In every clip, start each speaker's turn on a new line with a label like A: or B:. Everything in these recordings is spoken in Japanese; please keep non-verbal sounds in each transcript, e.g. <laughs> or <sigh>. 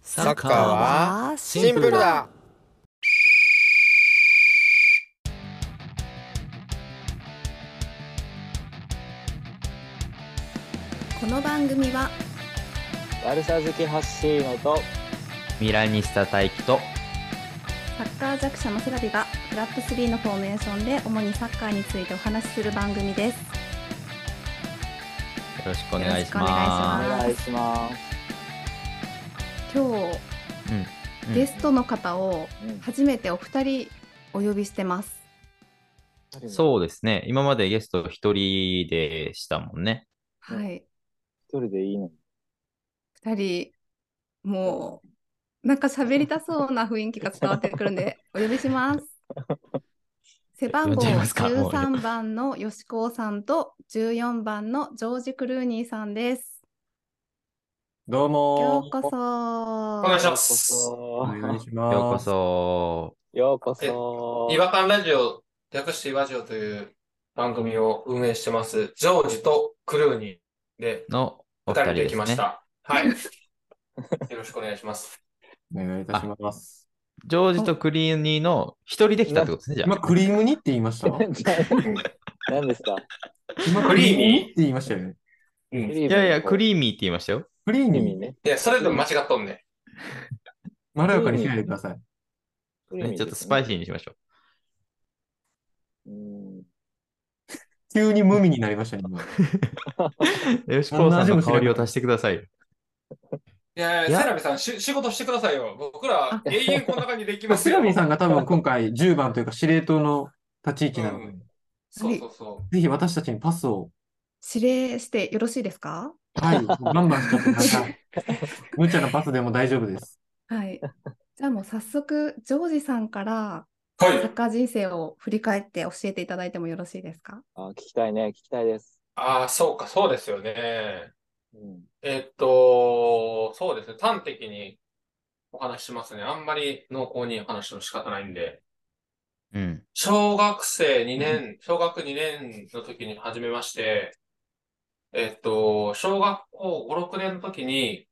A: サッカーはシンプルだ
B: この番組は
C: 悪さ好きハッシーノと
D: ミラニスタ大輝と
B: サッカー弱者のセラビがフラップ3のフォーメーションで主にサッカーについてお話しする番組です
D: よろしくお願いし
C: お
B: よ
D: ま
B: ろ
C: 願いします。
B: 今
D: す。うん
B: 日ゲストの方を
C: うん
B: 初めてお二人お呼びしてます
D: そうですね。今までゲスト一人でしたもんね。
C: うん
B: はい
C: 一人でいいのに。
B: 二人もうなんか喋りたそうな雰囲気が伝わってくるん
D: <laughs>
B: でお呼びします背番
D: 呼
B: 号
D: んじゃいますかもう
B: 13番の吉子さんと14番のジョージ・クルーニーさんです
E: どう
B: よ
E: も
B: うこそ
A: お願いし
C: ようこ
A: ます
E: お
C: そ。
E: 願いし
D: ようこ
E: ます。
D: そ。
C: ようこそ。
A: 違和感ラジオ略して違和ジオという番組を運営してますジョージとクルーニーで
D: のお
A: 二
D: 二
A: 人
D: 人
A: で
D: で
A: 来
D: す
A: ま
D: ね
A: し。たはいよろしくお願いします
E: お願いいたします。
D: ジョージとクリーニーの一人で来たってことですね、じゃ
E: 今、
D: あ。
E: クリーム煮って言い
D: <laughs>
E: ました
C: <laughs> 何ですか
E: 今、
A: クリーミー
E: って言いましたよね。
A: うんい
D: いやいや、ク
C: ー
D: リーミーって言いましたよ。
E: クリー
C: ミ
E: ミ
C: ー
E: ー
C: ね。
A: やそれでも間違っとんね
E: まろやかにしないでください。
C: クリーミ
D: ね
C: ーで
D: ちょ
C: すね
D: っとスパイシーにしましょ
C: うん
E: 急に無味になりましたね、
D: <laughs>
E: 今。
D: う。よしこさんの香りを足してくださいよ。
A: いやい
D: い
A: や
D: や
A: セラミさんし仕事してくださいよ僕ら永遠こんな感じでき
E: ま
A: ま
E: あ
A: す
E: ス
A: よ
E: ラミーさんが多分今回10番というか司令塔の立ち位置なので、
A: うんそうそうそ
E: ぜひ私たちにパスを、
B: 指令してよろしいですか
D: <laughs>
E: はい、バンバンしてください。無茶なパスでも大丈夫です。
B: はい。じゃあもう早速、ジョージさんから
A: うは
B: サ
A: い
B: ッカー人生を振り返って教えていただいてもよろしいですか
C: あ、聞きたいね。聞きたいです。
A: ああそうかそうですよね
C: うん
A: えっと、そうですね。端的にお話ししますね。あんまり濃厚に話の仕方ないんで。
D: うん。
A: 小学生2年、小学2年の時に始めまして、えっと、小学校5、6年の時に、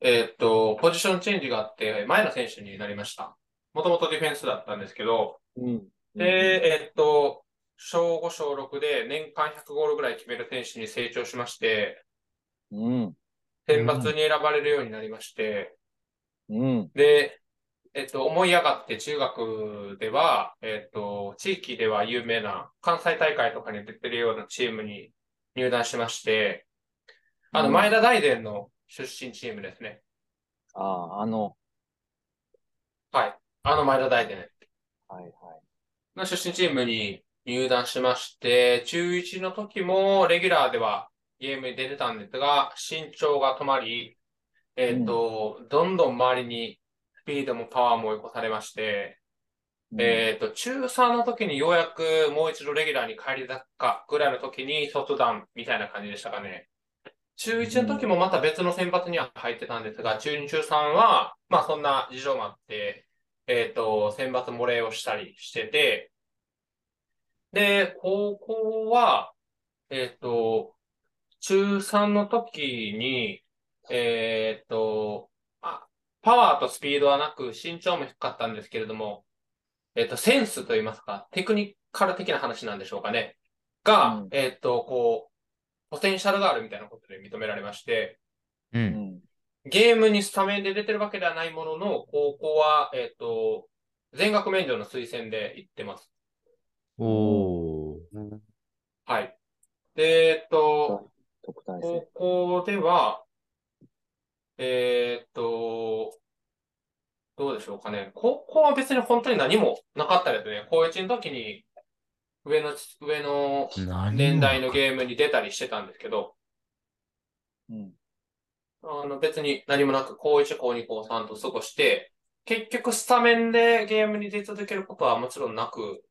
A: えっと、ポジションチェンジがあって、前の選手になりました。もともとディフェンスだったんですけど、
C: うん。
A: で、えっと、小5、小6で年間100ゴールぐらい決める選手に成長しまして、
C: うん。
A: 選抜に選ばれるようになりまして、
C: うん。
A: で、えっと、思い上がって中学では、えっと、地域では有名な関西大会とかに出てるようなチームに入団しまして、あの、
C: うん
A: 前田大然の出身チームですね。
C: あ、あの、
A: はい。あの前田大然
C: はいはい。
A: の出身チームに入団しまして、中1の時もレギュラーではゲームに出てたんですが、身長が止まり、えっと、どんどん周りにスピードもパワーも追い越されまして、えっと、中3の時にようやくもう一度レギュラーに帰りたかぐらいの時に卒団みたいな感じでしたかね。中1の時もまた別の選抜には入ってたんですが、中2、中3は、まあそんな事情もあって、えっと、選抜漏れをしたりしてて、で、高校は、えっと、中3の時に、えっと、あパワーとスピードはなく、身長も低かったんですけれども、えっと、センスといいますか、テクニカル的な話なんでしょうかね。
C: う
A: が、
C: ん
A: えっと、こう、ポテンシャルがあるみたいなことで認められまして、
D: う。
C: うんん。
A: ゲームにスタメンで出てるわけではないものの、高校は、えっと、全額免除の推薦で行ってます。
D: おー。
A: はい。で、えっと、
C: 特待生。
A: 高校では、えーっと、どうでしょうかね。高校は別に本当に何もなかったですね。高1の時に上の、上の
D: 何
A: 年代のゲームに出たりしてたんですけど、
C: うん。
A: あの別に何もなく高1、高2、高3と過ごして、結局スタメンでゲームに出続けることはもちろんなく、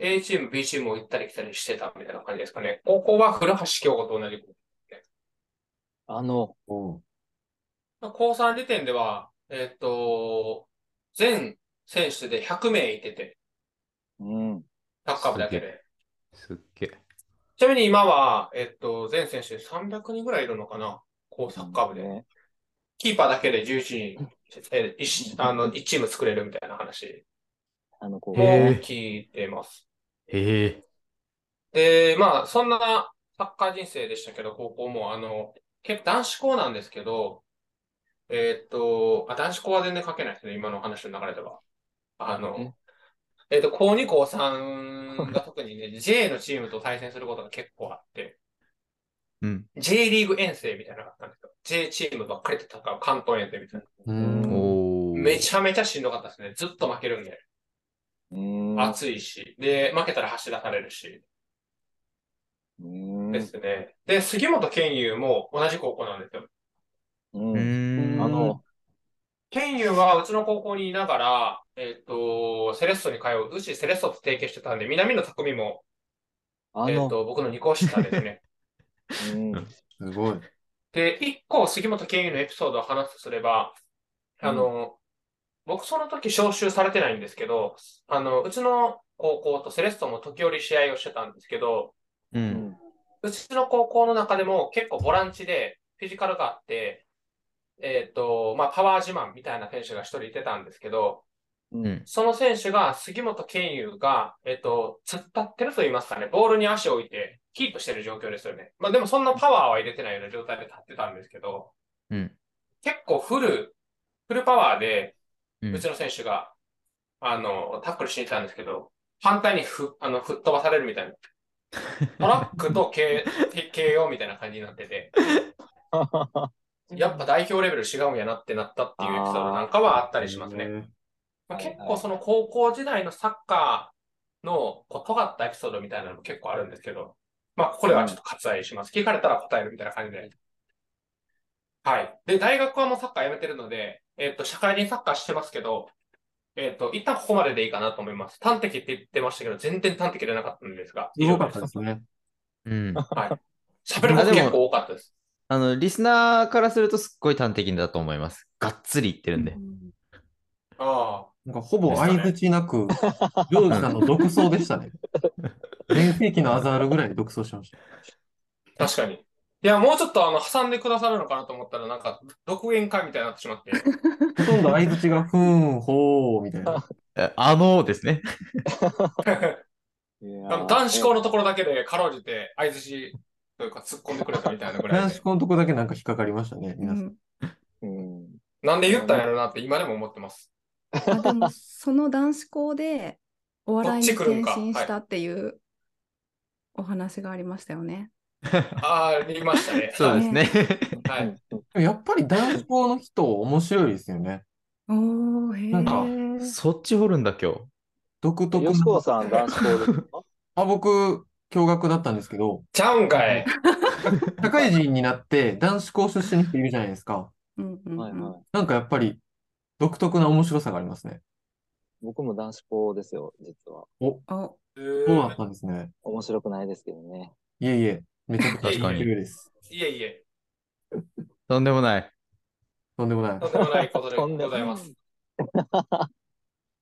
A: A チーム、B チームを行ったり来たりしてたみたいな感じですかね。高校は古橋京子と同じく
C: あの、
E: おう
A: 高3時点では、えっと、全選手で100名いてて、
C: うん。
A: サッカー部だけ
D: す
A: で。
D: すっげえ。
A: ちなみに今は、えっと、全選手で300人ぐらいいるのかなこう、サッカー部で。
C: ね。
A: キーパーだけで11人、えー、一あの、1チーム作れるみたいな話
C: あの、こ
A: も
C: う、
D: へー
A: 聞いてます。
D: へえ。
A: で、まあ、そんなサッカー人生でしたけど、高校も、あの、結構男子校なんですけど、えーっと、あ、男子校は全然書けないですね、今の話の流れでは。あの、えーっと、高2、高3が特にね、J <laughs> のチームと対戦することが結構あって、
D: うん。
A: J リーグ遠征みたいなのがあったんですよ。J チームばっかりと戦う関東遠征みたい
E: う
A: な。
E: ん
D: おお。
A: めちゃめちゃしんどかったですね。ずっと負けるんで。
C: うん。
A: 暑いし。で、負けたら走らされるし。
C: うん。
A: ですね。で、杉本健佑も同じ高校なんですよ。
C: うん
D: うーん。
C: あの、
A: ケンユはうちの高校にいながら、えっ、と、セレッソに通う、うちセレッソと提携してたんで、南野匠も、
C: あ
A: えっ、
C: の、
A: と、僕の2個下ですね。
C: うん。
E: すごい。
A: で、1個杉本健佑のエピソードを話すとすれば、あの、僕その時招集されてないんですけど、あの、うちの高校とセレッソも時折試合をしてたんですけど、
D: う。
C: うんん。
A: うちの高校の中でも結構ボランチでフィジカルがあって、えっ、と、まあ、パワー自慢みたいな選手が一人いてたんですけど、
D: うん。
A: その選手が、杉本健佑が、えっと、突っ立ってると言いますかね、ボールに足を置いて、キープしてる状況ですよね。まあでもそんなパワーは入れてないような状態で立ってたんですけど、
D: うん。
A: 結構フル、フルパワーで、
D: うん
A: うちの選手が、あの、タックルしに行ったんですけど、反対にふ、あの、吹っ飛ばされるみたいな。トラックと K- KO みたいな感じになってて、やっぱ代表レベル違うんやなってなったっていうエピソードなんかはあったりしますね。まあ、
C: はいはい
A: 結構その高校時代のサッカーのこう尖ったエピソードみたいなのも結構あるんですけど、まあ、ここではちょっと割愛します。聞かれたら答えるみたいな感じで。はい。で、大学はもうサッカーやめてるので、えっ、と、社会人サッカーしてますけど、えっ、と、一旦ここまででいいかなと思います。端的って言ってましたけど、全然端的でなかったんですが、
E: すごかったですね。
D: うん。
A: 喋ること結構多かったです。
D: あの、リスナーからするとすっごい端的だと思います。がっつり言ってるんで。
A: あ
E: なんかほぼ相槌なく、ジョージさんの独走でした <laughs> ね。全盛期のアザールぐらい独走しました。
A: あ、確かに。いや、もうちょっとあの、挟んでくださるのかなと思ったら、なんか、独演会みたいになってしまって。
E: ほとん <laughs> ど相槌が、ふーん、ほー、みたいな。
D: えあのです
A: <laughs>
D: ね。。
C: いや
A: あ
C: ー
A: の男子校のところだけで、かろうじて、相づちというか突っ込んでくれたみたいなぐらい
E: 男
A: で
E: 子、校のとこだけなんか引っかかりましたね、皆さん。
C: うん。
A: なんで言ったんやろなって今でも思ってます。
B: あでもその男子校でお笑いに
A: こっち来
B: 転
A: るんか
B: 身したっていうお話がありましたよね。
A: ああ、見ましたね
D: そうですね。
A: はい。
E: でもやっぱり男子校の人面白いですよね。
B: おおへえ。
E: なんか
D: そっち掘るんだ、今日。
E: 独特な
C: 吉子さん、男子校ですか
E: あ、僕、共学だったんですけど、
A: ちゃうんかい。
E: 社会人になって男子校出身の人いるじゃないですか。
B: うんうんうん
C: はいはい。
E: なんかやっぱり独特な面白さがありますね。
C: 僕も男子校ですよ、実は。
B: お
E: そうだったんですね。
C: 面白くないですけどね。
E: いえいえ、めちゃくちゃ
D: 確かに
E: 面白いです。
A: いえいえ、
D: とんでもない。
E: とんでもない
A: と。んでもないことで
C: とんで
A: ご
C: も
A: ざ
C: ない
A: い
C: <laughs>
A: ます。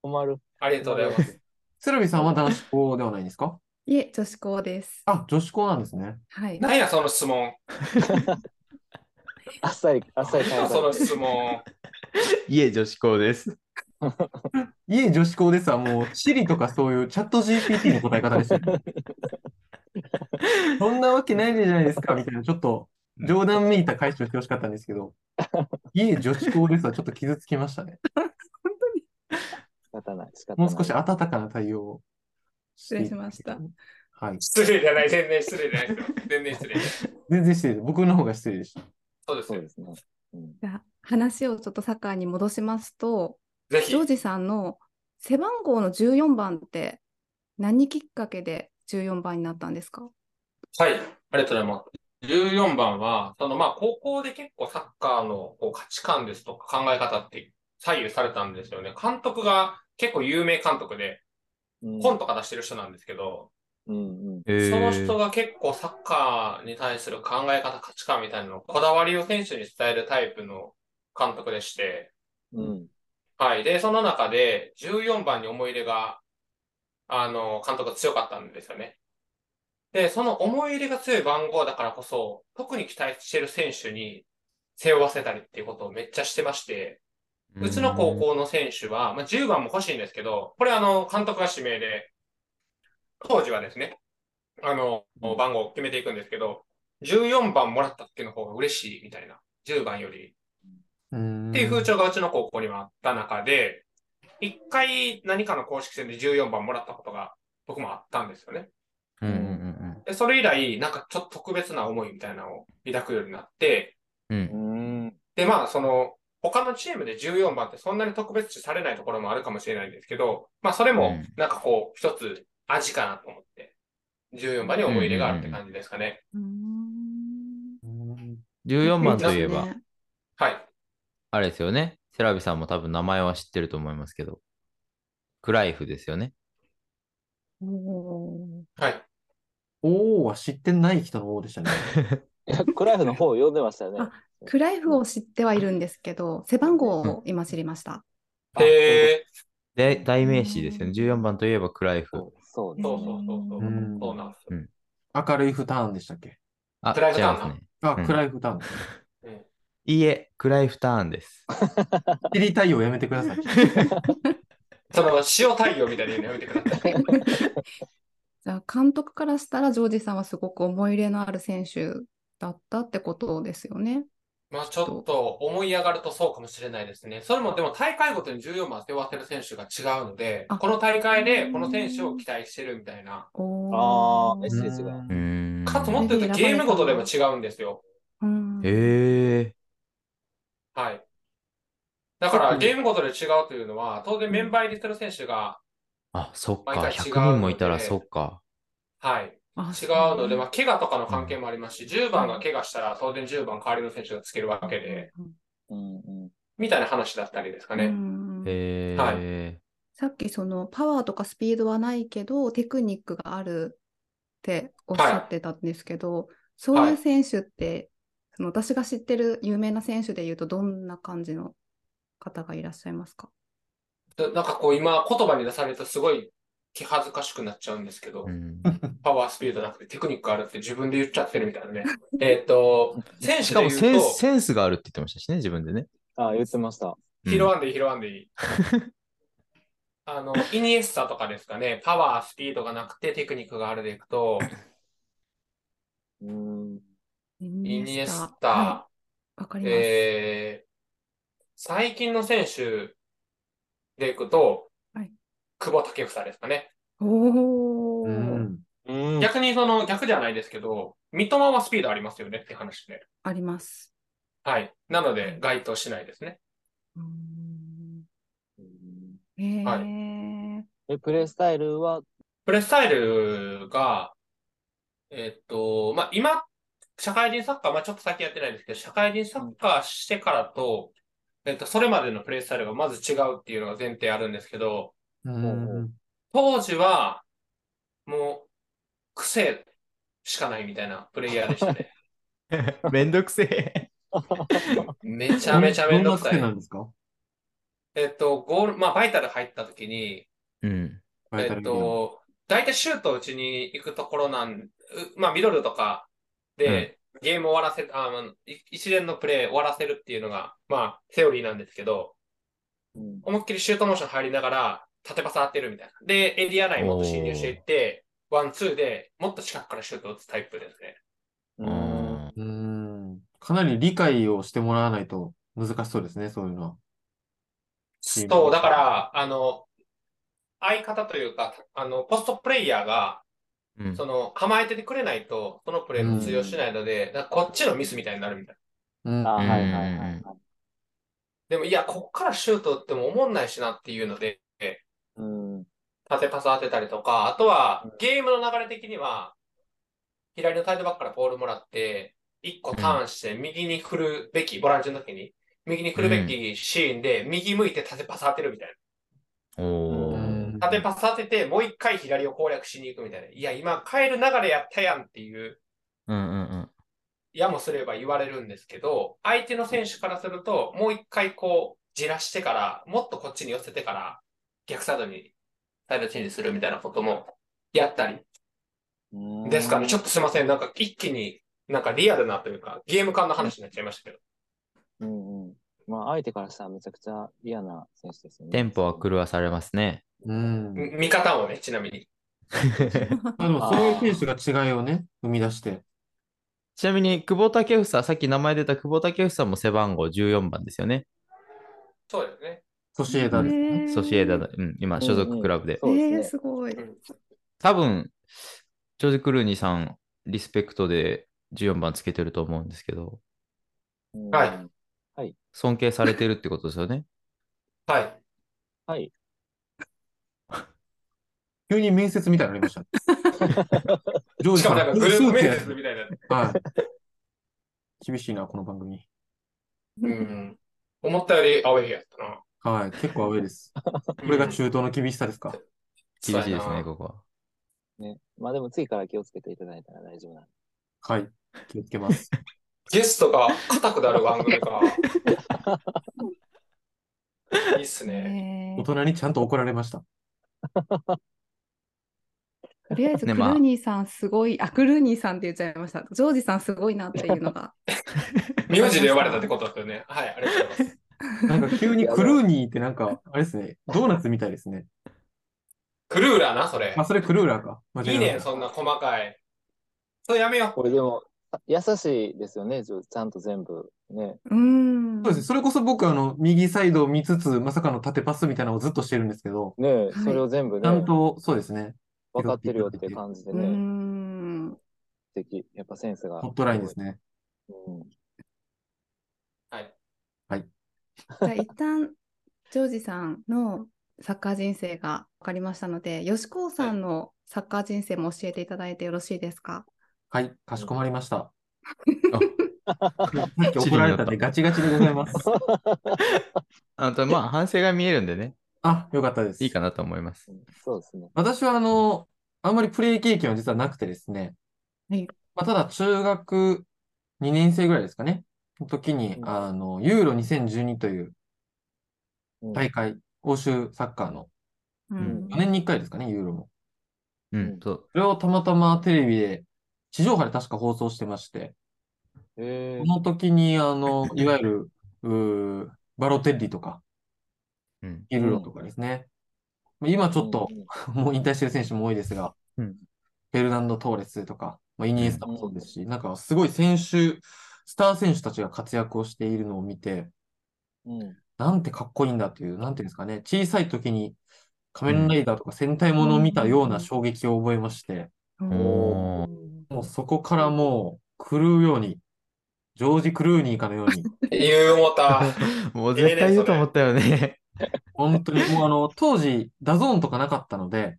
C: 困る。
A: ありがとうございます。
E: 鶴見さんは男子校ではないんですか
B: いえ女子校です。
E: あ、女子校なんですね。
B: はい。
A: なんや、その質問。
C: あっさり、あっさり
A: なんや、その質問。
D: いえ、女子校です。
E: いえ、女子校ですはもう、
D: <laughs>
E: Siri とかそういうチャット GPT の答え方ですよ。そんなわけないじゃないですか、みたいな、ちょっと冗談めいた回答してほしかったんですけど、いえ、女子校ですはちょっと傷つきましたね。
B: 本当に
C: 仕方ない、仕方な
E: も
C: い。
E: う少し温かな対応を失
B: 礼しました
E: はい。
A: 失礼じゃない、全然失礼じゃないですよ。全然失礼。
E: 全然失礼です。僕の方が失礼でした。
A: そうです
C: そう
A: よ
C: で。すね。うん
B: じゃあ話をちょっとサッカーに戻しますと、
A: ぜ
B: ジ
A: ひ
B: ョー。ジさんの背番号の14番って何きっかけで14番になったんですか
A: はい、ありがとうございます。14番は、そのまあ高校で結構サッカーのこう価値観ですとか考え方って左右されたんですよね。監督が結構有名監督で、
C: うん
A: 本とか出してる人なんですけど、
C: うんうん。
D: そ
A: その人が結構サッカーに対する考え方、価値観みたいなの、こだわりを選手に伝えるタイプの監督でして、
C: うん。
A: はい。で、その中で14番に思い入れが、あの、監督強かったんですよね。で、その思い入れが強い番号だからこそ、特に期待してる選手に背負わせたりっていうことをめっちゃしてまして、うちの高校の選手は、まあ、10番も欲しいんですけど、これあの、監督が指名で、当時はですね、あの、番号を決めていくんですけど、14番もらったっていうの方が嬉しいみたいな、10番より。
E: うん
A: っていう風潮がうちの高校にはあった中で、一回何かの公式戦で14番もらったことが僕もあったんですよね。
D: うんうん
A: で、それ以来、なんかちょっと特別な思いみたいなのを抱くようになって、
D: うんうん。
C: うん。
A: で、まあ、その、他のチームで14番ってそんなに特別視されないところもあるかもしれないんですけど、まあ、それ
D: う
A: も
D: ん、
A: なんかこう、一つ味かなと思って、14番に思い入れがあるって感じですかね。
B: うん
E: うん
D: 14番といえ
B: いい
D: ば
B: で、すね
A: はい。
D: あれですよね。セラビさんも多分名前は知ってると思いますけど、クライフですよね。
B: おー
A: はい。
E: 王は知ってない人の王でしたね。
C: いやクライフの方を読んでましたよね。
B: あクライフを知ってはいるんですけど、背番号を今知りました。
E: あ
A: へ
D: で、代名詞ですよね。14番といえばクライフ。
C: そうそう
A: ー
C: です
A: そう
C: ね。
A: そうそうそうう。
E: ん
A: そうなんですよ。
E: 明るいフターンでしたっけ
D: あ、
A: クライフ
D: 違い
A: ターン
D: ますね。
E: あ、
D: うん
E: クライフターン。
D: いいえ、クライフターンです。
E: 知りたいをやめてく
D: <laughs>
E: ださい。
A: その、塩太陽みたいなのやめてください。
B: じゃあ、監督からしたら、ジョージさんはすごく思い入れのある選手だったってことですよね。
A: まあちょっと思い上がるとそうかもしれないですね。それもでも大会ごとに14番背負わせる選手が違うので
B: あ、
A: この大会でこの選手を期待してるみたいな。
B: お
C: ああ、
B: ー
C: メッセージが。
D: うーん。
A: かと思ってるとゲームごとでも違うんですよ。
B: うん
D: へえ。
A: はい。だからゲームごとで違うというのは、当然メンバー入りする選手が、
D: あ、そっか。
A: 毎回違うので
D: 100人もいたらそっか。
A: はい、
B: あ
A: 違うので、まあ怪我とかの関係もありますし、10番が怪我したら当然10番代わりの選手がつけるわけで、
C: うんうん。
A: みたいな話だったりですか
B: う
A: ね。
B: ん
D: へえ。
B: さっきそのパワーとかスピードはないけどテクニックがあるっておっしゃってたんですけど、そういう選手ってその私が知ってる有名な選手でいうとどんな感じの方がいらっしゃいますか
A: なんかこう今言葉に出されるとすごい気恥ずかしくなっちゃうんですけど
D: う、ん
A: パワー、スピードなくてテクニックあるって自分で言っちゃってるみたい
B: <laughs>
A: なね。えっと、選手
D: しかも
A: で
D: セ
A: 言う
D: ン
A: と
D: ス、、センスがあるって言ってましたしね、自分でね。
C: あ、言ってました。
D: うん
A: 拾わんでいい、拾わんで
C: <laughs>
A: いい。あの、イニエスタとかですかね、パワー、スピードがなくてテクニックがあるでいくと、
C: うん。
B: イ
A: イ
B: ニ
A: ニ
B: エ
A: エ
B: スタ
A: ス
B: は
A: タ、
B: いわかります、
A: えー、最近の選手でいくと、
B: はい
A: 久保建英ですかね。
B: お
E: う
B: ー
E: ん
C: うん。
A: 逆にその、逆じゃないですけど、三笘はスピードありますよねって話で。
B: あります
A: はい。なので、該当しないですね。
B: うーん
C: うん
B: へー
A: は
C: え、プレイスタイルは、
A: プレスタイルが、えっと、まあ、今、社会人サッカー、まあ、ちょっと先やってないんですけど、社会人サッカーしてからと、えっと、それまでのプレースタイルがまず違うっていうのが前提あるんですけど、
E: うん
A: 当時は、もう、癖しかないみたいなプレイヤーでした
E: <laughs>
A: ね。
D: <laughs> めんどくせえ。
A: めちゃめちゃめんどくさ。
E: どんな癖ないんですか
A: えっと、ゴール、まあ、バイタル入った時に、
D: うん。
E: バイタ
A: えっ
E: ルゲーム
A: と、大体シュートを打ちに行くところなん、うまあ、ミドルとかで、ゲームを終わらせ、あまあい一連のプレー終わらせるっていうのが、まあ、セオリーなんですけど、
C: うん
A: 思いっきりシュートモーション入りながら、縦パス当てるみたいな。で、エリア内もっと侵入していって、ワン、ツーでもっと近くからシュートを打つタイプですね。
C: うん
D: あー
E: うんかなり理解をしてもらわないと難しそうですね、そういうのは。チーム
A: そう、だから、あの、相方というか、あの、ポストプレイヤーが、
D: うん
A: その、構えててくれないと、そのプレーが通用しないので、だからこっちのミスみたいになるみたいな。
E: うん
C: あ、はいはいはい
D: うん
C: はい。
A: でも、いや、こっからシュート打っても思んないしなっていうので、
C: うん。
A: 縦パス当てたりとか、あとは、ゲームの流れ的には、左のサイドバックからボールもらって、一個ターンして、右に振るべき、ボランチの時に、右に振るべきシーンで、右向いて縦パス当てるみたい
D: お
E: う
D: ー。
E: ん
A: な。縦パス当てて、もう一回左を攻略しに行くみたいな。いや、今、変える流れやったやんっていう、
D: うんうんうん。
A: やもすれば言われるんですけど、相手の選手からすると、もう一回こう、じらしてから、もっとこっちに寄せてから、逆サイドに、サイドチェンジするみたいなこともやったり。
C: うん
A: ですかね。ちょっとすいません。なんか一気に、なんかリアルなというか、ゲーム感の話になっちゃいましたけど。
C: うんうん。まあ、相手からしたらめちゃくちゃ嫌な選手ですよね。
D: テンポは狂わされますね。 <laughs>
E: うん。
A: 見方をね、ちなみに。
E: まあでもそういう選手が違いをね、生み出して。
D: ちなみに、久保建英、さっき名前出た久保建英も背番号14番ですよね。
A: そうですね。
E: ソシエダですね。
D: ソシエダの、うん、今、所属クラブで。
C: そうです
B: え
C: ね
B: ー、すごい。
A: うん
D: 多分、ジョージ・クルーニーさん、リスペクトで14番つけてると思うんですけど、
C: うん
A: はい
D: 尊敬されてるってことですよね。
A: はい。
C: はい。
E: 急に面接みたいにな
C: <laughs>
E: りましたね。ジョージ
A: し
E: さ
A: かも
E: ん、
A: なんかグループ面接
E: スーツ
A: みたいな。
E: やはい。厳しいな、この番組。
A: うん。思ったよりアウェイやったな。
E: はい。結構アウェイです。これが中東の厳しさですか。
D: 厳しいですね、こ
A: こ
D: こは。
C: ね。まあでも次から気をつけていただいたら大丈夫なんで。
E: はい。気をつけ
A: <laughs>
E: ます。
A: ゲストが硬くなる番組か。いいっす
B: ね
A: ね。
E: 大人にちゃんと怒られました。
B: とりあえず、
D: ね
B: クル
D: まあ
B: ーニーさんすごい、あ、クルーニーさんって言っちゃいました。ジョージさんすごいなっていうのが。
A: 名字で呼ばれたってことですよね。はい、ありがとうございます。
E: なんか急にクルーニーってなんか、あれですね、ドーナツみたいですね。
A: クルーラーな、それ
E: あ、。それクルーラーか。間
A: い
E: 違
A: い
E: な
A: ね、そんな細かい。それやめよ
C: これでも、あ優しいですよね、ちょちゃんと全部。ね。
B: うーん。
E: そうですね。それこそ僕、あの、右サイドを見つつ、まさかの縦パスみたいなのをずっとしてるんですけど、
C: ねえ、それを全部
E: ち
C: ね
E: ゃ、んと、そうですね。
C: 分かってるよって感じで
B: うー
C: ね、
B: ん。
C: 素敵。やっぱセンスが。
E: ホットラインですね。
C: うん。 <laughs>
A: う。はい。
B: じゃあ一旦、ジョージさんのサッカー人生が分かりましたので、吉高さんのサッカー人生も教えていただいてよろしいですか。
E: はい、かしこまりました。
D: あ
E: さっき怒られたんでガチガチでございます。
C: <laughs>
D: あと、まあ、反省が見えるんでね、
E: あ、よかったです。
D: いいかなと思います。
C: そうですね。
E: 私は、あの、あんまりプレイ経験は実はなくてですね。
B: はい
E: まあ、ただ、中学2年生ぐらいですかね。の時に
C: う、ん
E: あの、ユーロ2012という
C: うん
E: 大会、欧州サッカーの
B: うんん
E: 4。年に1回ですかね、ユーロも。
D: う
C: うん
D: ん、そう。
E: それをたまたまテレビで、地上波で確か放送してまして、
C: え
E: その時に、
D: <laughs>
E: あの、いわゆる、うーバロテッリとか、
D: うん。
E: ユーロとかですね。まあ今ちょっと、もう引退してる選手も多いですが、
D: うん
E: フェルナンド・トーレスとか、まあ、イニエスタもそうですし、なんかすごい選手、スター選手たちが活躍をしているのを見て、
C: うん、うん
E: なんてかっこいいんだという、なんていうんですかね、小さい時に仮面ライダーとか戦隊ものを見たような衝撃を覚えまして、
D: お
E: もうそこからもう狂うように、ジョージ・クルーニーかの
D: <laughs>
E: ように、
A: 言う思 <laughs> った。
D: もう絶対言うと思ったよね。
E: 本当にもうあの、当時、ダゾーンとかなかったので、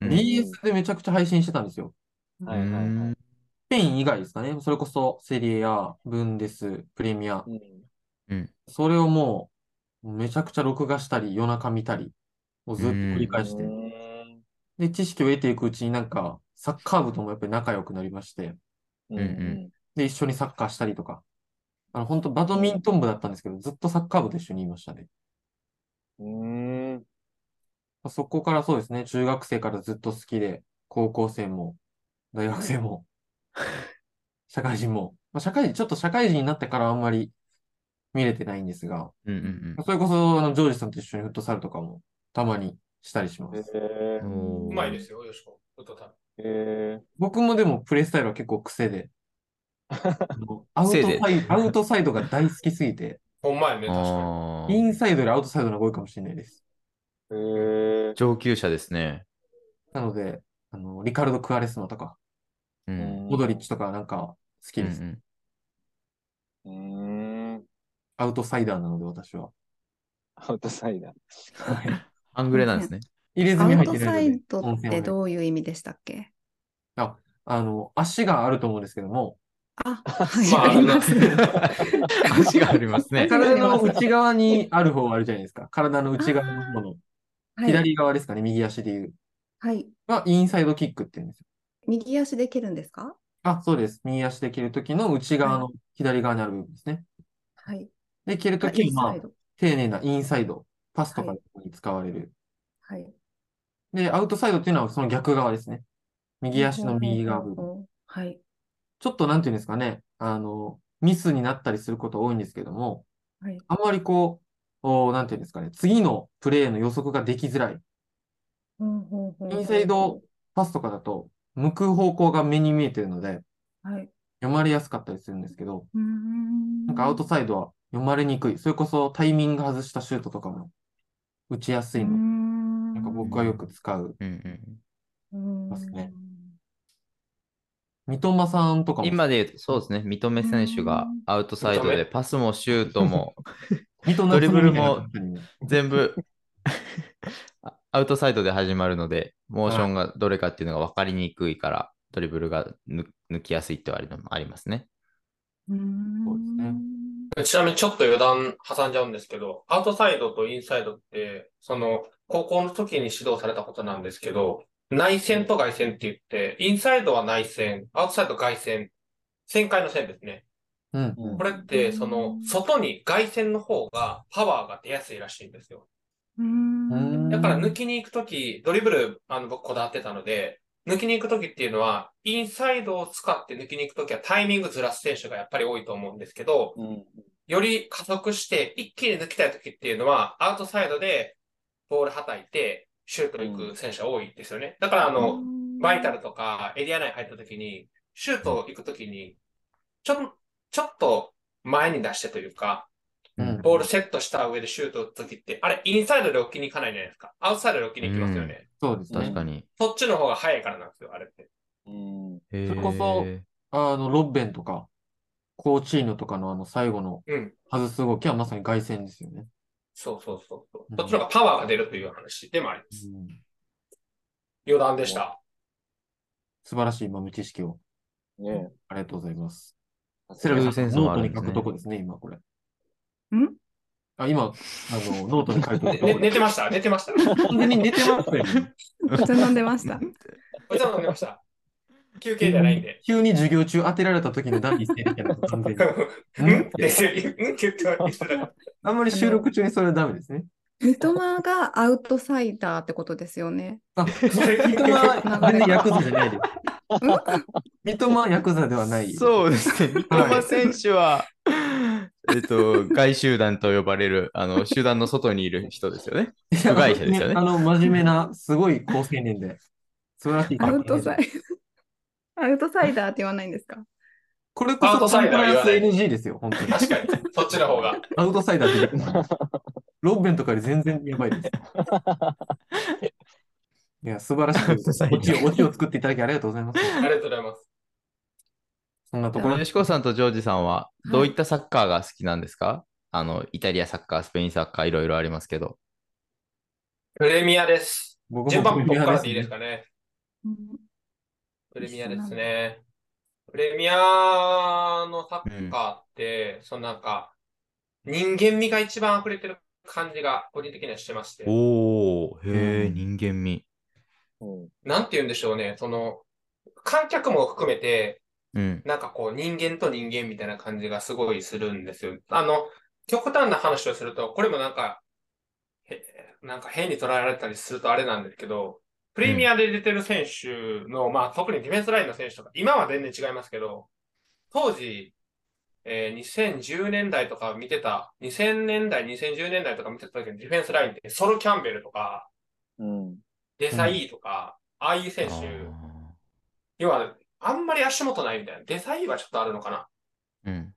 D: うん
E: DS でめちゃくちゃ配信してたんですよ。
C: はいはいは
D: う
C: い。
D: ん
E: スペイン以外ですかね。それこそセリエ A、ブンデス、プレミア
C: う。ん
E: それをもう、めちゃくちゃ録画したり、夜中見たり、をずっと繰り返して
C: う。ん
E: で、知識を得ていくうちになんか、サッカー部ともやっぱり仲良くなりまして、
C: うん
D: うん
E: で、一緒にサッカーしたりとか。あの、本当バドミントン部だったんですけど、ずっとサッカー部と一緒にいましたね。
C: うん。
E: そこからそうですね、中学生からずっと好きで、高校生も、大学生
D: <laughs>
E: も、社会人も。まあ、社会人、ちょっと社会人になってからあんまり見れてないんですが、
D: うんうん
E: それこそ、あの、ジョージさんと一緒にフットサルとかもたまにしたりしま
C: へ
E: す。
C: え
D: うん。おー
A: うまいですよ、よしこ。ちょっと食
C: へえ
E: 僕もでもプレイスタイルは結構癖
B: <laughs>
E: で、あのアウトサイ
D: 癖で
E: アウトサイドが大好きすぎて、
A: べほんまやね、確かに。
D: あ
E: イ
D: ー
E: ンサイドよりアウトサイドの方が多いかもしれないです。
C: へえ
D: 上級者ですね。
E: なので、あの、リカルド・クアレスマとか、
D: うん。
E: モドリッチとかなんか好きです。
D: うんうん
C: うん。
E: アウトサイダーなので私は。
C: アウトサイダー。
B: <laughs>
D: 半グレなんですね。
E: 入れ
B: ア
E: 墨
B: ウ
E: 入っ
B: ト
E: てな
B: サ
E: いの
B: イ
E: で、
B: ド
E: 温
B: っ
E: 泉
B: て
E: はね。
B: どういう意味でしたっけ
E: あの、足があると思うんですけども、
B: あ、はい、
A: まあ
B: あります。
D: 足があり
B: <laughs>
D: ますね。
E: 体の内側にある方あるじゃないですか。体の内側の方の、
B: はい、
E: 左側ですかね、右足でいう。
B: はい。
E: は、インサイドキックって言うんですよ。
B: 右足で蹴るんですか
E: あ、そうです。右足で蹴るときの内側の左側にある部分ですね。
B: はい。
E: で、蹴ると
B: あ
E: き
B: イ
E: に、
B: ンサ
E: ま
B: イ
E: あ、
B: ド。
E: 丁寧なインサイド、パスとかに使われる。
B: はい。
E: で、アウトサイドっていうのはその逆側ですね。右足の右側部分。
B: 分。はい。
E: ちょっとなんていうんですかね、あの、ミスになったりすること多いんですけども、
B: はい。
E: あんまりこう、おなんていうんですかね、次のプレーの予測ができづらい。
B: ほうほうほう
E: インサイドパスとかだと、向く方向が目に見えてるので、
B: はい。
E: 読まれやすかったりするんですけど、
B: うーん。
E: なんかアウトサイドは読まれにくい。それこそタイミング外したシュートとかも打ちやすいの
B: うー
E: で。
B: ん
E: なんか僕はよく使う。
D: うんうん
B: うん
E: ますね三笘さんとかも。
D: 今で言うと、そうですね、認め選手が
B: うん
D: アウトサイドで、パスもシュート <laughs> も
E: 三笘
D: ドリブルも
E: みたいな感じに
D: 全部あアウトサイドで始まるので、モーションがどれかっていうのが分かりにくいから、ドリブルが抜抜きやすいってあるのもありますね。
B: うーん
E: そうですね
A: ちなみにちょっと余談挟んじゃうんですけど、アウトサイドとインサイドって、その、高校の時に指導されたことなんですけど、内線と外線って言って、インサイドは内線、アウトサイド外線、旋回の線ですね。
E: うん。
C: うん
A: これって、その、外に外線の方がパワーが出やすいらしいんですよ。
B: うーん
E: うん
A: だから抜きに行くとき、ドリブル、あの、僕こだわってたので、抜きに行くときっていうのは、インサイドを使って抜きに行くときはタイミングずらす選手がやっぱり多いと思うんですけど、
C: うん
A: より加速して、一気に抜きたいときっていうのは、アウトサイドでボールはたいて、シュート行く選手が多いですよね。だから、あの、バイタルとかエリア内入ったときに、シュート行くときに、ちょ、ちょっと前に出してというか、
E: うん
A: ボールセットした上でシュート打つときって、あれ、インサイドで置きに行かないじゃないですか。アウトサイドで置きに行きますよね。
E: そうです
D: 確
E: ね。
D: かに。
A: そっちの方が早いからなんですよ、あれって。
C: うん
D: へー
E: それこそあの、ロッベンとか、コーチーノとかのあの最後の
A: うん。
E: 外す動きはまさに外線ですよね。
A: そうそうそうそうう。
E: ん
A: そっちの方がパワーが出るという話でもあります。余談でした。
E: 素晴らしい豆知識を。
C: ね
E: ありがとうございます。
C: え
E: セラ
C: <laughs>
E: ビ
D: そうい
E: さ、
D: うんセンスも
E: ノ
D: あ
E: ート
D: るんです
E: に書
D: ね
E: くとこですね、今これ。
B: ん
E: あ、今、あの、ノートに書いてる
A: ね
E: とこ
A: ね寝てました寝てました
E: 完全に寝てますよね。
B: 普通飲んでました。
A: お茶飲んでました。休憩じゃないんで。
E: 急に授業中当てられた時の第一声みたいな完全に。
A: <laughs> うんうんですよ。うんって言っては一緒だ
E: あんまり収録中にそれはダメですね。
B: 三笘がアウトサイダーってことですよね。
E: あ、三笘は全然ヤクザじゃないです。 <laughs> 三笘はヤクザではない。
D: そうですね。三
E: はい
D: 笘選手は、えっと、外集団と呼ばれる、あの、集団の外にいる人ですよね。
E: いや
D: 部外者ですよね
E: あの、真面目な、すごい好青年で、素晴らしい
B: ア
E: 方
B: ウトサ
E: で
B: イ
E: <laughs>
B: アウトサイダーって言わないんですか
E: これこ
A: アウト
E: そ
A: サ
E: コ
A: イ
E: ンプ
A: ダーは
E: ラ
A: 言
E: イアン
A: わな
E: ス
A: い
E: NG ですよ、本当に。
A: 確かに。そっちの方が。
E: アウトサイダー出てくる。ロッベンとかより全然やばいです。いや、素晴らしいです。
D: アウ
E: オ
D: トサ
E: チ
D: イダ
E: を、オチを作っていただきありがとうございます。
A: ありがとうございます。
E: そんなとこ
D: こ
E: ろ
D: の
E: で。
D: 吉子さんとジョージさんは、どういったサッカーが好きなんですか、あの、イタリアサッカー、スペインサッカー、いろいろありますけど。
A: プレミアです。
E: 僕
A: 順番僕からでいい
E: ね
A: ですかね。プレミアで
B: 一
A: す
B: 緒
A: ね。プレミアのサッカーって、そのなんか、人間味が一番溢れてる感じが個人的にはしてまして。
D: おー、へ
E: う
D: ー、人間味。
C: うん
A: なんて言うんでしょうね。その、観客も含めて、
D: うん。
A: なんかこう人間と人間みたいな感じがすごいするんですよ。あの、極端な話をすると、これもなんか、へなんか変に捉えられたりするとあれなんですけど、プレミアで出てる選手の、まあ特にディフェンスラインの選手とか、今は全然違いますけど、当時、えー2010年代とか見てた、2000年代、2010年代とか見てた時のディフェンスラインって、ソル・キャンベルとか、
C: うん
A: デサイーとか、ああいう選手、要は、あんまり足元ないみたいな。デサイーはちょっとあるのかな。
D: あーうん。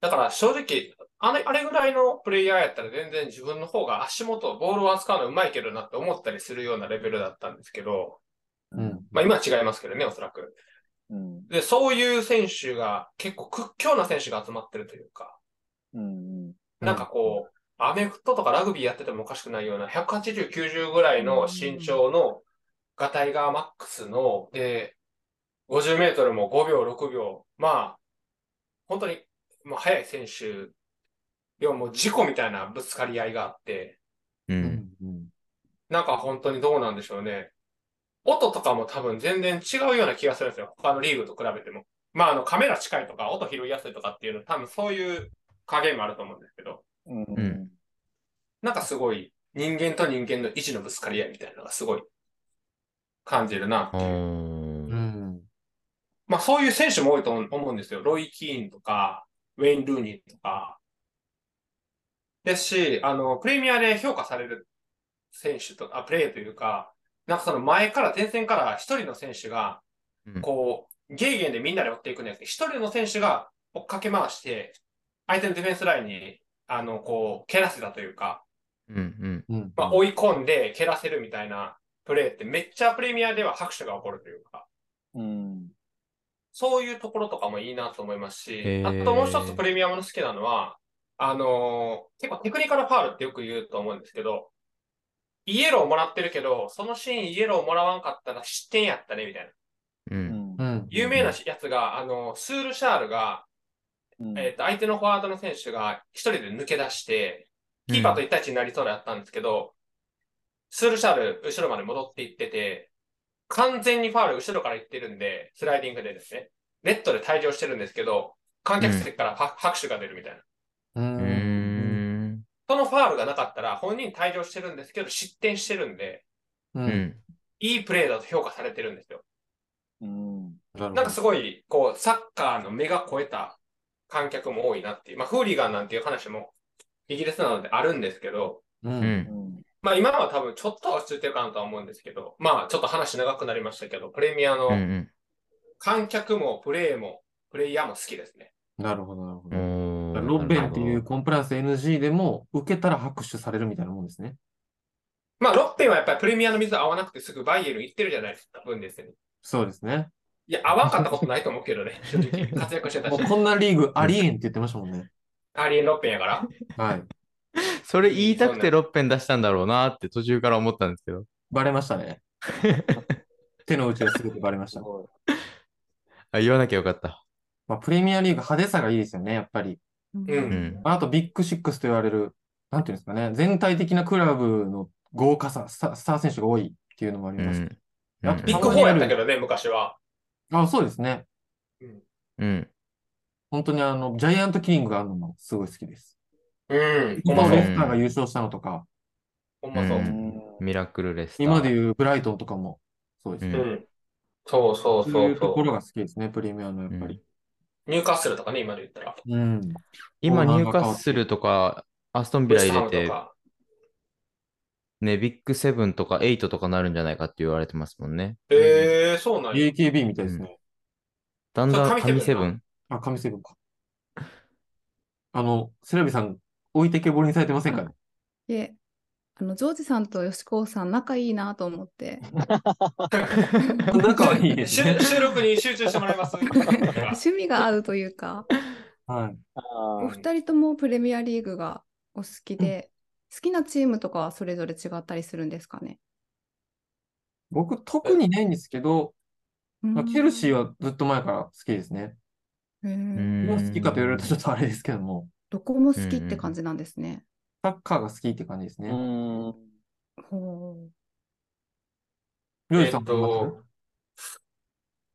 A: だから正直、あれ、あれぐらいのプレイヤーやったら全然自分の方が足元、ボールを扱うのうまいけどなって思ったりするようなレベルだったんですけど、
E: うん。
A: まあ今は違いますけどね、おそらく。
C: うん
A: で、そういう選手が結構屈強な選手が集まってるというか、
C: うん
A: なんかこう、アメフトとかラグビーやっててもおかしくないような、180、90ぐらいの身長の、ガタイがマックスの、で、50メートルも5秒、6秒、まあ、本当に、もう速い選手、要はもう事故みたいなぶつかり合いがあって、
D: う。
E: うんんうん
A: なんか本当にどうなんでしょうね。音とかも多分全然違うような気がするんですよ。他のリーグと比べても。まあ、あの、カメラ近いとか、音拾いやすいとかっていうの、多分そういう加減もあると思うんですけど。
C: うん
D: う
C: うんん
A: なんかすごい、人間と人間の意地のぶつかり合いみたいなのがすごい感じるなって
D: お
A: いう。
E: う
D: ー
E: ん。
A: まあそういう選手も多いと思うんですよ。ロイ・キーンとか、ウェイン・ルーニーとか、ですし、あの、プレミアで評価される選手と、あ、プレーというか、なんかその前から、前線から一人の選手が
D: うん、
A: こう、ゲーゲンでみんなで追っていくんじゃなくて、一人の選手が追っかけ回して、相手のディフェンスラインに、あの、こう、蹴らせたというか、
D: うんうん。
E: うん。
A: まあ、
D: うん
A: 追い込んで蹴らせるみたいなプレーって、めっちゃプレミアでは拍手が起こるというか、
C: うん。
A: そういうところとかもいいなと思いますし、
D: へー
A: あともう一つプレミアムの好きなのは、あのー結構テクニカルファールってよく言うと思うんですけど、イエローもらってるけど、そのシーンイエローもらわんかったら失点やったね、みたいな。
D: う。
C: うんん
E: う。ん。
A: 有名なやつが、あのースール・シャールが、
C: うん
A: えっ、と、相手のフォワードの選手が一人で抜け出して、キーパーと一対一になりそうだったんですけど、スールシャール、後ろまで戻っていってて、完全にファール後ろから行ってるんで、スライディングでですね、ネットで退場してるんですけど、観客席からは拍手が出るみたいな。
E: う。
D: うんん。うーん
A: そのファールがなかったら、本人退場してるんですけど、失点してるんで、
D: う
E: う。
D: んん。
A: いいプレーだと評価されてるんですよ。
C: うん。
E: なん
A: なんかすごい、こう、サッカーの目が超えた観客も多いなっていう、まあ、フーリガンなんていう話もイギリスなのであるんですけど、
E: う。
D: うんん。
A: まあ今は多分ちょっとは落ち着いてるかなとは思うんですけど、まあちょっと話長くなりましたけど、プレミア
D: う
A: の
D: ん
A: 観客もプレーもプレイヤーも好きですね。
E: なるほど、なるほ
D: う
E: ど。
D: ん。おー
E: ロッベンって
D: なる
E: い
D: ほ
E: う
D: ど
E: コンプライアンス NG でも、受けたら拍手されるみたいなもんですね。
A: まあロッペンはやっぱりプレミアの水合わなくてすぐバイエルン行ってるじゃないですか、分ですよね。
E: そうですね。
A: いや、合わんかったことないと思うけどね、正直。活躍してた
E: も
A: し
E: う。こんなリーグありえんって言ってましたもんね。
A: アーリエン・ロッペンやから。
E: はい。
D: それ言いたくてロッペン出したんだろうなって途中から思ったんですけど。
E: バレましたね。手の内がすべてバレまし
C: す
E: た。
C: ごい。
D: あ、言わなきゃよかった。
E: まあ、プレミアリーグ派手さがいいですよね、やっぱり。
B: うん
A: う
D: うんん。
E: あと、ビッグシックスと言われる、なんていうんですかね、全体的なクラブの豪華さ、スタスター選手が多いっていうのもあり
D: う
E: ます。
D: ん。
E: やっぱ
A: ビッグ4やったけどね、昔は。
E: あ、そうですね。
D: うん。
E: 本当にあの、ジャイアントキリングがあるのもすごい好きです。
A: うん。ほ
E: 今
A: んまそう
E: レ
A: う。
E: スターが優勝したのとか、
A: ほんまそう
D: う
A: う。
D: ミラクルレスター。
E: 今でいうブライトンとかもそうです
D: う
E: ね。
D: ん
A: ん。そうそう
E: そう
A: そ
E: いううと
A: そ
E: ころが好きですね、プレミアのやっぱり。
A: う。ニューカッスルとかね、今で言ったら。
E: うん。
D: 今、
E: コーナ
D: ニ
E: ーが変
D: ュ
E: わ
D: ー
E: って
D: カッスルとか、アストンビ
A: ベ
D: ラ
A: ストハ
D: 入
A: ムと
D: れて、
A: か。
D: ね、ビッグセブンとかエイトとかなるんじゃないかって言われてますもんね。
A: えー、そうなんや。
E: AKB みたいですね。
D: だんだ
A: それ
D: ん
A: 神
D: 神
A: セ
D: セ
A: ブ
D: ブ
A: ン
D: ン
E: あ、神セブンか。あの、セラビさん、置いてけぼりにされてませんかね
B: いえ、あの、ジョージさんと吉高さん、仲いいなと思
E: <laughs>
B: って、
E: 仲はいいです
A: 収 <laughs>
E: ね。
A: 収録に集中してもらいます。
B: <laughs> 趣味が合うというか、
E: はい。
C: あ
B: お
C: あ。
B: 二人ともプレミアリーグがお好きで、好きなチームとかはそれぞれ違ったりするんですかね。
E: 僕、特にないんですけど、まあ、チェルシ
B: ー
E: ーはずっと前から好きですね。今好きかと言われるとちょっとあれですけども、
B: どこも好きって感じなんですね。
E: サッカーが好きって感じですね。
C: うん。
B: ほう
E: りょう
A: え
E: じ
A: っ
E: さんもいます
A: と、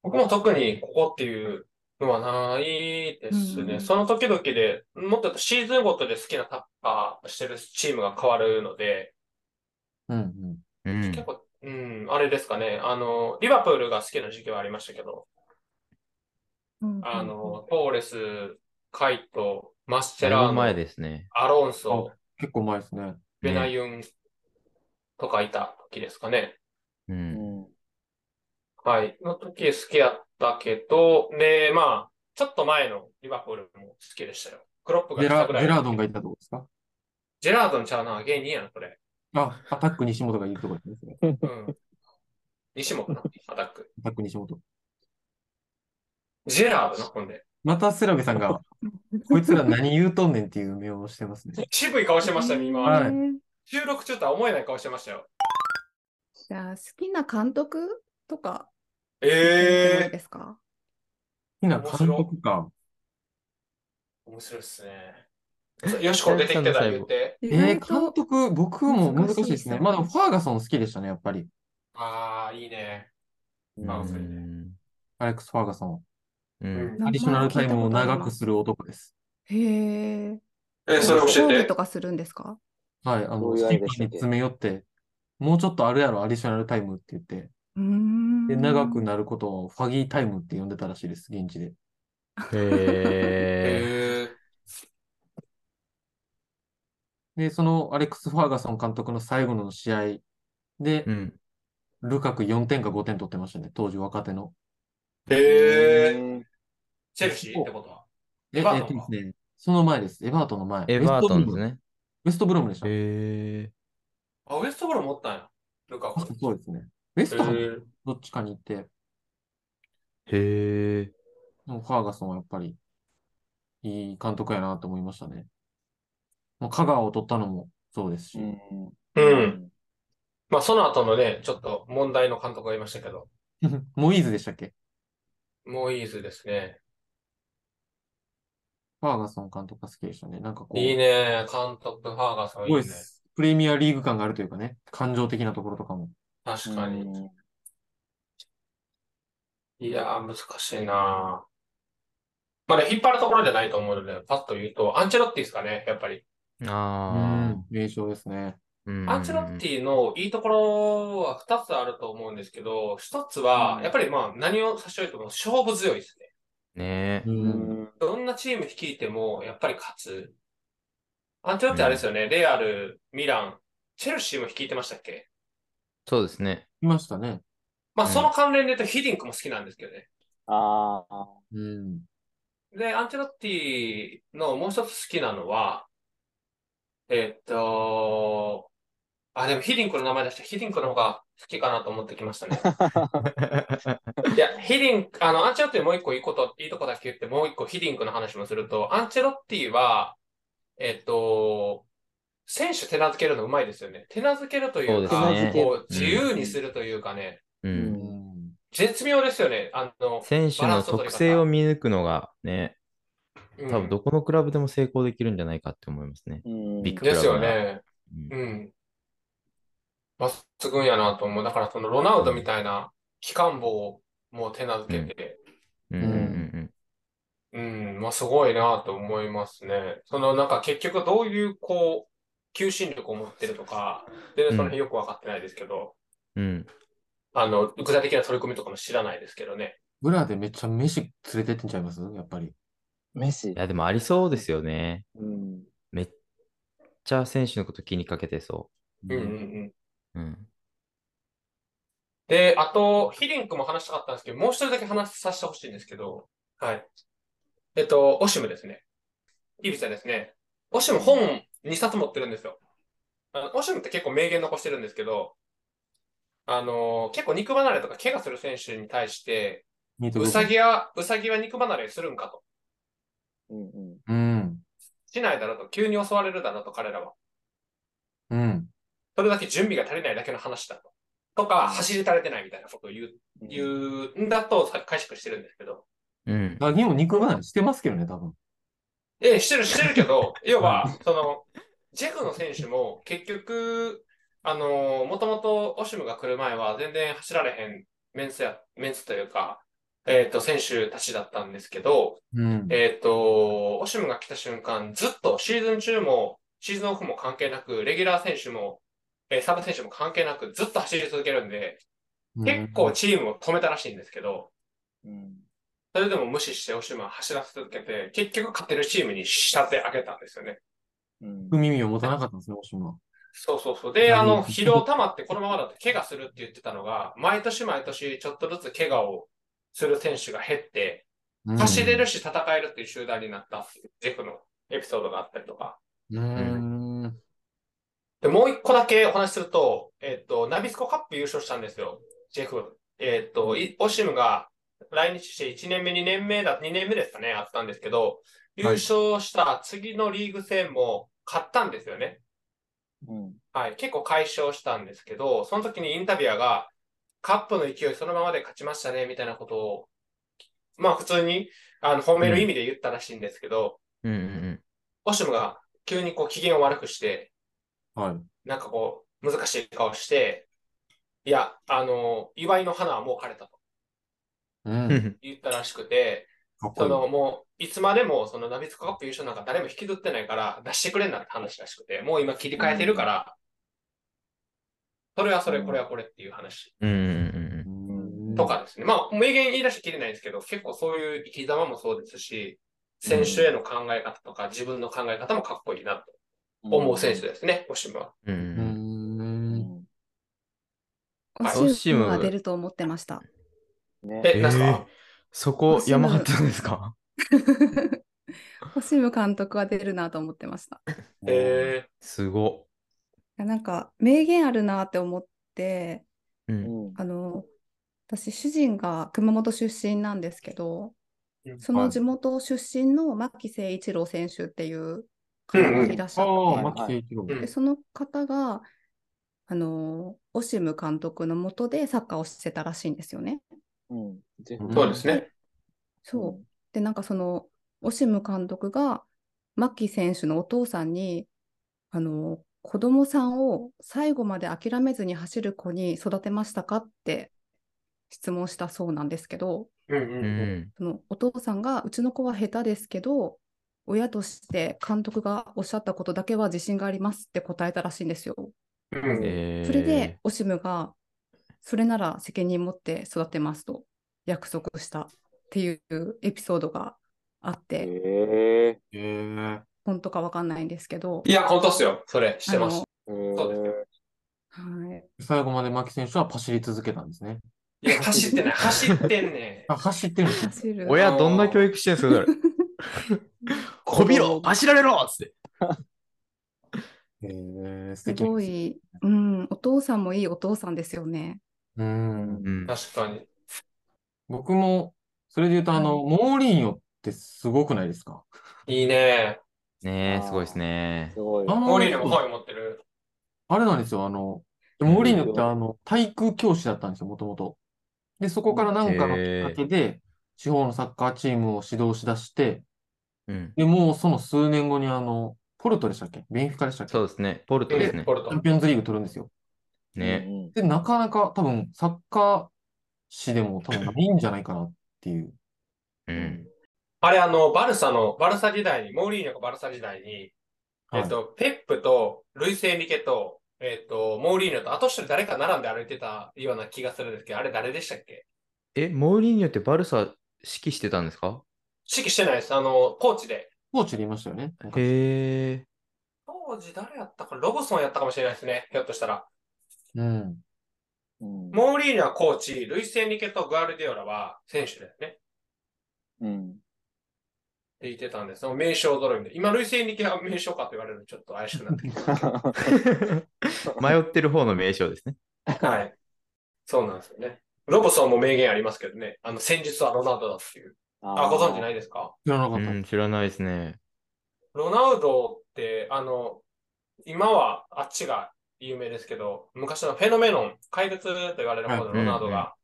A: 僕も特にここっていうのはないです
B: う
A: ね。
B: ん
A: その時々で、もっと言うとシーズンごとで好きなサッカーしてるチームが変わるので、
E: うんうん。
D: うん
A: 結構、うん、あれですかね。あの、リバプールが好きな時期はありましたけど、
B: うんうん
A: あの、トーレス、カイト、マスチ
D: だ
A: ェ
D: い
A: ラー
D: ぶ
A: ノ、
D: 前ですね。
A: アロンソ、
E: 結構前ですね。
A: ベナユンとかいた時ですかね。
D: う。
C: うんん。
A: はい。の時好きやったけど、で、まあ、ちょっと前のリバプールも好きでしたよ。クロップが
E: ジェ
A: 来た
E: ラ、
A: ぐ
E: ジ
A: ら
E: ェラー
A: いの時
E: ドンがいたとこですか
A: ジェラードンちゃうな、芸人やな、これ。
E: あ、アタック西本がいるとこですね。それ
A: うん。西本な、アタック。
E: アタック西本。
A: ジェラードな、ほんで。
E: またセラビさんが、こいつら何言うとんねんっていう目をして
A: <laughs>
E: ますね。
A: 渋い顔してましたね、今。
E: はい
A: 収録中とは思えない顔してましたよ。
B: じゃあ好きな監督とか聞いてもいい
A: ええ
B: ですか、
E: 好きな監督か。
A: 面白いっすね。よしこ出てきてたら言って。
E: え
B: 意
E: ー、
B: 外
E: 監
B: と
E: 督、僕も難し
B: 難
E: いですね。
B: しいですね
E: まあでも、ファーガソン好きでしたね、やっぱり。
A: ああ、いいね。
D: うん
A: まあそうれで
D: ん
E: アレックス・ファーガソン。
D: う。
A: うんん
E: アディショナルタイムを長く
B: す
E: する男です。
B: る。へえ。
A: え、それ教
B: 抗
A: え
B: 議
A: て
B: と。かするんですか
E: はい、あの、
C: どうい
E: ス
C: うあれ
E: キッパ
C: でし
E: ー
C: た
E: に
C: っけ
E: 詰め寄って、もうちょっとあるやろ、アディショナルタイムって言って。
B: うーん。
E: で、長くなることをファギータイムって呼んでたらしいです、現地で。
D: へえ。
A: え
E: で、そのアレックス・ファーガソン監督の最後の試合で
D: う、ん。
E: ルカク4点か5点取ってましたね、当時若手の。
A: へえ。チェルシーってことは。
E: え、
A: エ
E: え
A: バー
E: っ
A: ト
E: と
A: ン
E: で
A: か
E: すね、その前です。エバートンの前。
D: エバートン
E: ウェ
D: で
E: ストブル
D: す
E: ム
D: ね。
E: ウェストブルームでした。
D: へ
A: あ、ウエストブル持ったんや。ルカク。
E: そうですね。ウェストハム
A: へ
E: どっちかに行って、で
D: え。へえ。
E: もファーガソンはやっぱり、いい監督やなと思いましたね。もう香川を取ったのもそうですし、
A: えうん。。まあ、その後のね、ちょっと問題の監督がいましたけど、
E: <laughs> モイーズでしたっけ
A: モイーズですね。
E: ファーガソン監督が好きでしたね。なんかこう、
A: いいね。監督、ファーガソン
E: す
A: いい
E: ごい
A: ね。
E: プレミアリーグ感があるというかね、感情的なところとかも。
A: 確かに。いやー、難しいなーまあね、引っ張るところじゃないと思うので、パッと言うと、アンチェロッティですかね、やっぱり。
D: ああ。
E: うん名称ですね。
D: うん
A: アンチェロッティのいいところは2つあると思うんですけど、1つは
C: う、ん
A: やっぱりまあ、何を差し置いても勝負強いですね。
D: ねえ。
E: うん
A: どんなチーム率いても、やっぱり勝つ。アンチェロッティあれですよね、レアル、ミラン、チェルシーも率いてましたっけ
D: そうですね。
E: いましたね。
A: まあ、
D: うん
A: その関連で言うと、ヒディンクも好きなんですけどね。
C: ああ。
E: うん。
A: で、アンチェロッティのもう一つ好きなのは、えっと、あ、でもヒディンクの名前出したヒディンクの方が好きかなと思ってきましたね。いや、ヒディンク、あの、アンチェロッティもう一個いいこと、いいとこだけ言って、もう一個ヒディンクの話もすると、アンチェロッティは、えっと、選手手なずけるのうまいですよね。手なずけるという
D: そう
A: か、
D: ですね
A: こう、自由にするというかね、
D: う。
E: うんん。
A: 絶妙ですよね。あの、
D: 選手の特性を見抜くのがね、
A: うん
D: 多分どこのクラブでも成功できるんじゃないかって思いますね。ビッグ
A: ですよね。
D: うん
A: うん。抜群やなと思う。だから、そのロナウドみたいな機関棒をもう手なずけて、
D: うんうんうん
A: うん、まあすごいなと思いますね。そのなんか結局どういうこう、求心力を持ってるとか、全然その辺よくわかってないですけど、
D: うん。うん。
A: あの、具体的な取り組みとかも知らないですけどね。
E: ブラでめっちゃ飯連れてってんちゃいますやっぱり。
C: メッシ
D: い。や、でもありそうですよね。
C: うん。
D: めっちゃ選手のこと気にかけてそ
A: うんうんうん。
D: う。うん。
A: で、あと、ヒリンクも話したかったんですけど、もう一人だけ話させてほしいんですけど、はい。えっと、オシムですね。イビサですね。オシム本2冊持ってるんですよ。あのオシムって結構名言残してるんですけど、あのー結構肉離れとか怪我する選手に対して、
E: ミートボ
A: う
E: ール
A: さぎは、うさぎは肉離れするんかと。
C: うんうん。
E: うん。
A: しないだろうと、急に襲われるだろうと、彼らは。
E: うん。
A: それだけ準備が足りないだけの話だと。とか、走り足れてないみたいなことを言う、言うんだとさ解釈してるんですけど。
D: うん。
E: あ、にも肉離れしてますけどね、多分。
A: ええ、してる、してるけど、要は、その、ジェフの選手も結局、あのもともとオシムが来る前は全然走られへんメンツや、メンツというか、えっ、と、選手たちだったんですけど、
E: うん。
A: えっ、と、オシムが来た瞬間、ずっとシーズン中も、シーズンオフも関係なく、レギュラー選手も、えーサブ選手も関係なく、ずっと走り続けるんで、結構チームを止めたらしいんですけど、
C: うん。
A: それでも無視してオシムは走らせ続けて、結局勝てるチームに仕立て上げたんですよね。
C: うん
E: うん。耳を持たなかったんですね、オシムは。
A: そうそうそう。で、あ
E: う
A: の、
E: ん
A: 疲労溜まってこのままだと怪我するって言ってたのが、毎年毎年ちょっとずつ怪我をする選手が減って、
E: うん
A: 走れるし戦えるっていう集団になったっていうジェフのエピソードがあったりとか。
E: うん。
A: で、もう一個だけお話しすると、えっと、ナビスコカップ優勝したんですよ。ジェフ。えっと、いオシムが来日して1年目、2年目だ、2年目ですかね、あったんですけど、優勝した次のリーグ戦も勝ったんですよね。
C: うん。
A: はい、結構解消したんですけど、その時にインタビュアーが、カップの勢いそのままで勝ちましたね、みたいなことを、まあ普通にあの褒める意味で言ったらしいんですけど、
D: うんうん
A: オシムが急にこう機嫌を悪くして、
E: はい。
A: なんかこう、難しい顔して、いや、あの、祝いの花はもう枯れたと
E: うん。
D: う
E: か
D: ん。
A: 言ったらしくて、
E: っこ
A: そ
E: いい。
A: のもう、いつまでもそのナビスコカップ優勝なんか誰も引きずってないから出してくれんなって話らしくて、もう今切り替えてるから、それはそれ、これはこれっていう話。
D: うんうん
E: うん
A: と。かですね。まあ、名言言い出しきれないんですけど、結構そういう生き様もそうですし、選手への考え方とか、自分の考え方もかっこいいなと思う選手ですね、オシムは。
D: う。
E: うん。
C: うんん
A: はい
B: オ
D: オシ
B: シム
D: ム
B: は出ると思ってました。
C: ね
A: え、なんす
D: え
A: か
D: ーそこ、
B: シム
D: 山張ってたんですか
B: <laughs> オシム監督は出るなと思ってました。
A: え
D: すご。
B: なんか名言あるなって思って、
D: う。
C: うんん
B: あの、私、主人が熊本出身なんですけど、
A: うん
B: その地元出身の牧誠一郎選手っていう
A: うんうん
B: 方がいらっしゃっ
E: ああ、
B: て、
E: 牧誠一郎。
A: うん
B: でその方が、あの、オシム監督のもとでサッカーをしてたらしいんですよね。
C: うんで
E: う
A: ー、そうですね。
B: そう。で、なんかその、オシム監督が、マッキー選手のお父さんに、あの、子供さんを最後まで諦めずに走る子に育てましたかって質問したそうなんですけど、
A: うんう
D: うん
A: うん。
D: ん。
B: そのお父さんが、うちの子は下手ですけど、親として監督がおっしゃったことだけは自信がありますって答えたらしいんですよ。
A: うん
D: えー
B: それで、、オシムが、それなら責任持って育てますと約束したっていうエピソードがあって、
C: へえ
E: ええ。
B: 本当かわかんないんですけど、
A: いや、本当っすよ。それ、してましそうです
C: ー
B: あのはい、
E: 最後まで牧選手は走り続けたんですね。
A: た。いや、走ってない。走ってんね
E: あ、走ってるんですね。
B: 走る。
D: 親、どんな教育してんすか、それこびろ走られろっつって。
E: えー、素
B: す
E: 敵
B: ごい、うん、お父さんもいいお父さんですよね。
E: うん。
D: うん
A: <laughs> ん。。確かに。
E: 僕も、それで言うと、あの、モーリーニョってすごくないですか
A: いいね。
D: ねえ、すごいですね
C: す。ごい。
E: あの
A: モーリーノも声持ってる。
E: あれなんですよ、あの、モーリーニョってあの、体育教師だったんですよ、もともと。で、そこからなんかのきっかけで、地方のサッカーチームを指導しだして、
D: うん。
E: で、もうその数年後にあの、ポルトでしたっけベンフィカでしたっけチ
D: そうですね。ポルトですね
A: ポ。ルト
E: ャン。ピオンズリーグ取るんですよ。
D: ね。
C: うん
E: で、なかなか多分、サッカー誌でも多分ないんじゃないかなっていう。
D: うん。
A: あれ、あの、バルサの、バルサ時代に、モーリーニョがバルサ時代に、えっと、ペップと、ルイス・エンリケと、えっと、モーリーニョと、あと一人誰か並んで歩いてたような気がするんですけど、あれ誰でしたっけ
D: え、モーリーニョってバルサ指揮してたんですか
A: 指揮してないです。あの、コーチで。
E: コーチでいましたよね。なんか
D: へえ。
A: 当時誰やったか、ロブソンやったかもしれないですね。ひょっとしたら。
E: うん。
C: うん
A: モーリーニョはコーチ、ルイス・エンリケとグアルディオラは選手だよね。 <laughs>
C: うん
A: って言ってたんです。その名称揃いで。今、類性力が名称かと言われるとちょっと怪しくなってき
D: <laughs> 迷ってる方の名称ですね。
A: た。 <laughs> はい。そうなんですよね。ロボソンも名言ありますけどね。あの、戦術はロナウドだっていう。あ、ご存知ないいですか
E: 知らなか
D: う
E: った。
D: ん、知らないですね。
A: ロナウドって、あの、今はあっちが有名ですけど、昔のフェノメノン、怪物と言われるほど
D: はい
A: ロナウドが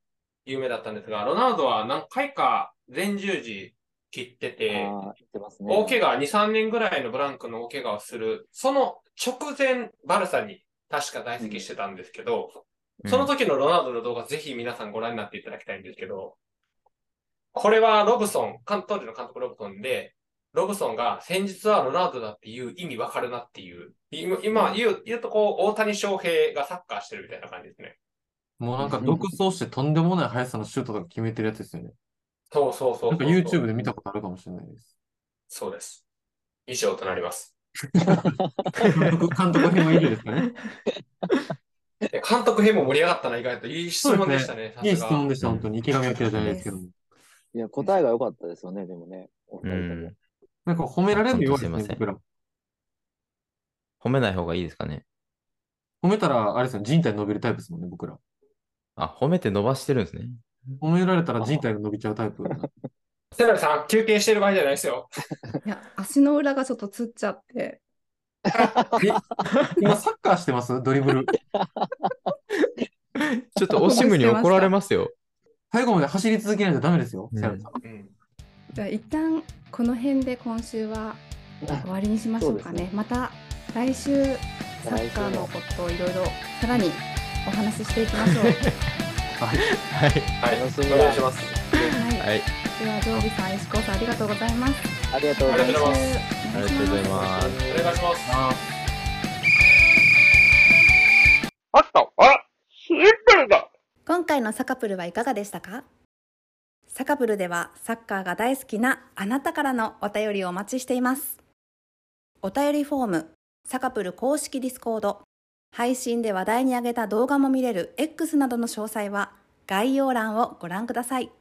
A: 有名だったんですが、ロナウドは何回か前十字切ってて、
C: あー言ってますね。
A: 大怪我、2、3年ぐらいのブランクの大怪我をする、その直前、バルサに確か在籍してたんですけど、その時のロナウドの動画、ぜひ皆さんご覧になっていただきたいんですけど、これはロブソン、かん当時の監督ロブソンで、ロブソンが先日はロナウドだっていう意味わかるなっていう、今今言う言うとこう、大谷翔平がサッカーしてるみたいな感じですね。
E: もうなんか独走してとんでもない速さのシュートとか決めてるやつですよね。
A: そうそうそう
E: なん
A: そ
E: か
A: う
E: YouTube で見たことあるかもしれないです。
A: そうです。以上となります。
E: 監督 <laughs> 監督編はいるですかね。
A: え監督編も盛り上がったな、意外と。いい質問でしたね、さす
E: いい
A: が
E: 質問でした、本当に。池上彰じゃないですけども。
C: いや、答えが良かったですよね、でもね。お
D: う
C: 二人とも
D: ん。
E: なんか褒められるようですね、
D: 本当すいません
E: 僕ら。
D: 褒めない方がいいですかね。
E: 褒めたら、あれですよ、人体伸びるタイプですもんね、僕ら。
D: あ、褒めて伸ばしてるんですね。
E: 褒められたら人体が伸びちゃうタイプ。
A: セナルさん、休憩してる場合じゃないですよ。
B: いや、足の裏がちょっとつっちゃって、
E: 今サッカーしてますドリブル。
D: ちょっとオシムに怒られますよ。
E: 最後まで走り続けないとダメですよ、
D: うん
E: セラさん。
A: うん。
B: じゃあ一旦この辺で今週は終わりにしましょうか
C: そうで
B: ね。
C: すね
B: また来週サッカーのことをいろいろさらにお話ししていきま
C: <laughs>
B: しょう。
D: はい。
A: はい、
C: 楽しみ
A: お
C: だ
A: 願いします。
B: はい、
D: はい。
B: ではジョージさん、石子さんありがとうございます。
C: <laughs> ありがとうご
A: あ
C: ざい
A: り
C: ま
A: が
C: す
A: とうございます
D: ありがとうございます。
A: お願いします。
F: あった、あら、シンプルだ
G: 今回のサカプルはいかがでしたかサカプルではサッカーが大好きなあなたからのお便りをお待ちしています。お便りフォーム、サカプル公式ディスコード、配信で話題に上げた動画も見れる X などの詳細は概要欄をご覧ください。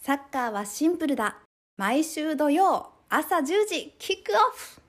G: サッカーはシンプルだ。毎週土曜朝10時キックオフ